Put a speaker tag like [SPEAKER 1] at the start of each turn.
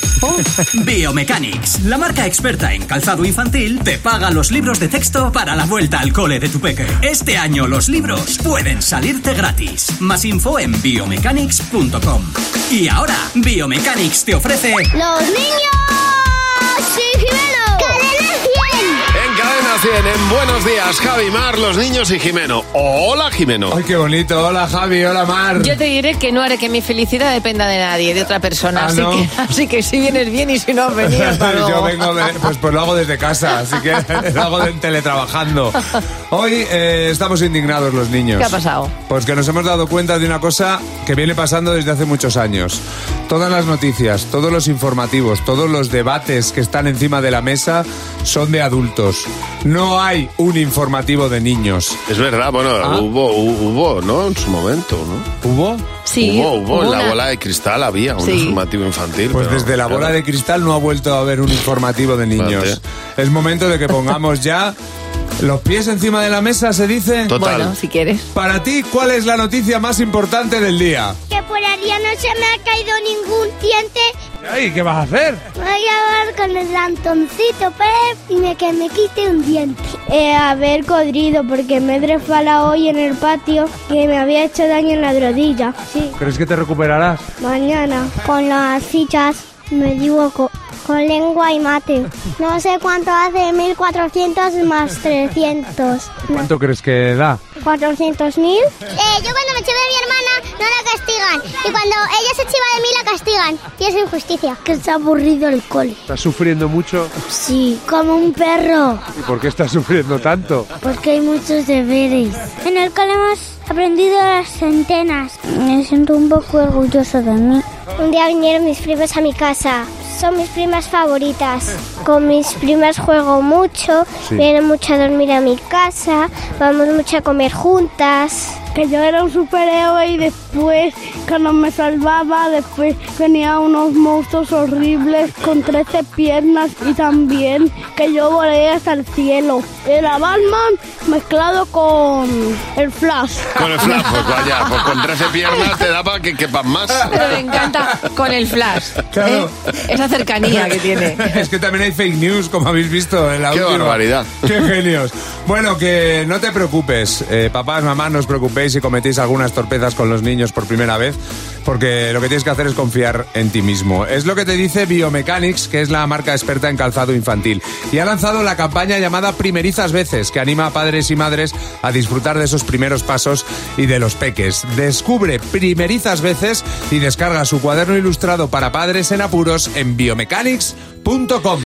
[SPEAKER 1] tiempo?
[SPEAKER 2] Biomechanics, la marca experta en calzado infantil, te paga los libros de texto para la vuelta al cole de tu peque. Este año los libros pueden salirte gratis. Más info en biomechanics.com. Y ahora, Biomechanics te ofrece...
[SPEAKER 3] ¡Los niños! ¡Sí, ¡Cadena 100!
[SPEAKER 4] En Cadena 100, en Buenos Días, Javi Mar, los niños y Jimeno. Hola, Jimeno.
[SPEAKER 5] Ay, qué bonito. Hola, Javi. Hola, Mar.
[SPEAKER 1] Yo te diré que no haré que mi felicidad dependa de nadie, de otra persona.
[SPEAKER 5] Ah,
[SPEAKER 1] así,
[SPEAKER 5] ¿no?
[SPEAKER 1] que, así que si vienes bien y si no, venido hasta
[SPEAKER 5] Yo
[SPEAKER 1] luego.
[SPEAKER 5] vengo de- pues, pues lo hago desde casa, así que lo hago de- teletrabajando. Hoy eh, estamos indignados los niños.
[SPEAKER 1] ¿Qué ha pasado?
[SPEAKER 5] Pues que nos hemos dado cuenta de una cosa que viene pasando desde hace muchos años. Todas las noticias, todos los informativos, todos los debates que están encima de la mesa son de adultos. No hay un informativo de niños.
[SPEAKER 4] Es verdad, bueno,
[SPEAKER 5] Ah.
[SPEAKER 4] hubo, hu- hubo, ¿no? En su momento, ¿no?
[SPEAKER 5] ¿Hubo?
[SPEAKER 1] Sí,
[SPEAKER 4] hubo, hubo. en la
[SPEAKER 1] una-
[SPEAKER 4] bola ¿eh? de cristal había un
[SPEAKER 1] Sí.
[SPEAKER 4] informativo infantil.
[SPEAKER 5] Pues
[SPEAKER 4] pero-
[SPEAKER 5] desde la bola
[SPEAKER 4] claro.
[SPEAKER 5] de cristal no ha vuelto a haber un informativo de niños.
[SPEAKER 4] Fíjate.
[SPEAKER 5] Es momento de que pongamos ya los pies encima de la mesa, se dice.
[SPEAKER 4] Total.
[SPEAKER 1] Bueno, si quieres.
[SPEAKER 5] Para ti, ¿cuál es la noticia más importante del día?
[SPEAKER 3] Que por allá no se me ha caído ningún diente.
[SPEAKER 5] ¿Y qué vas a hacer?
[SPEAKER 3] Voy a ver con el Antoncito Pérez y me, que me quite un diente. Eh, a ver, codrido, porque me he resbalado hoy en el patio que me había hecho daño en la rodilla. Sí.
[SPEAKER 5] ¿Crees que te recuperarás?
[SPEAKER 3] Mañana, con las fichas, me equivoco. Con lengua y mate. No sé cuánto hace 1400 más 300.
[SPEAKER 5] ¿Cuánto crees que da?
[SPEAKER 3] ¿400 mil? Eh, yo cuando me chivo de mi hermana no la castigan. Y cuando ella se chiva de mí la castigan. Y es injusticia. Que está aburrido el cole.
[SPEAKER 5] ¿Estás sufriendo mucho?
[SPEAKER 3] Sí, como un perro.
[SPEAKER 5] ¿Y por qué estás sufriendo tanto?
[SPEAKER 3] Porque hay muchos deberes. En el cole hemos aprendido las centenas. Me siento un poco orgulloso de mí. Un día vinieron mis primas a mi casa. Son mis primas favoritas. Con mis primas juego mucho.
[SPEAKER 5] Sí.
[SPEAKER 3] Vienen mucho a dormir a mi casa. Vamos mucho a comer juntas.
[SPEAKER 6] que yo era un superhéroe y después cuando me salvaba, después venía unos monstruos horribles con 13 piernas y también que yo volé hasta el cielo. Era Batman mezclado con el Flash.
[SPEAKER 4] Con el flash, pues vaya, pues con 13 piernas te daba que quepan más.
[SPEAKER 1] Pero me encanta con el flash.
[SPEAKER 5] Claro.
[SPEAKER 1] ¿eh? Esa cercanía que tiene.
[SPEAKER 5] Es que también hay fake news, como habéis visto en la
[SPEAKER 4] Qué
[SPEAKER 5] última.
[SPEAKER 4] barbaridad.
[SPEAKER 5] ¡Qué genios! Bueno, que no te preocupes, eh, papás, mamás, no os preocupéis si cometís algunas torpezas con los niños por primera vez, porque lo que tienes que hacer es confiar en ti mismo. Es lo que te dice Biomechanics, que es la marca experta en calzado infantil, y ha lanzado la campaña llamada Primerizas Veces, que anima a padres y madres a disfrutar de esos primeros pasos y de los peques. Descubre Primerizas Veces y descarga su cuaderno ilustrado para padres en apuros en biomechanics.com.